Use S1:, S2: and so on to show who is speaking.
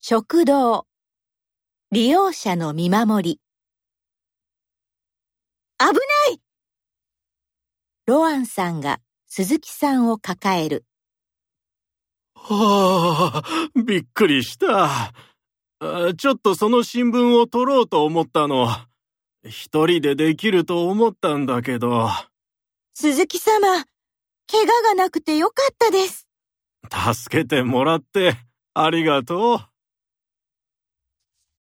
S1: 食堂、利用者の見守り。危ないロアンさんが鈴木さんを抱える。
S2: はあ、びっくりした。あちょっとその新聞を取ろうと思ったの。一人でできると思ったんだけど、
S1: 鈴木様、怪我がなくてよかったです。
S2: 助けてもらってありがとう。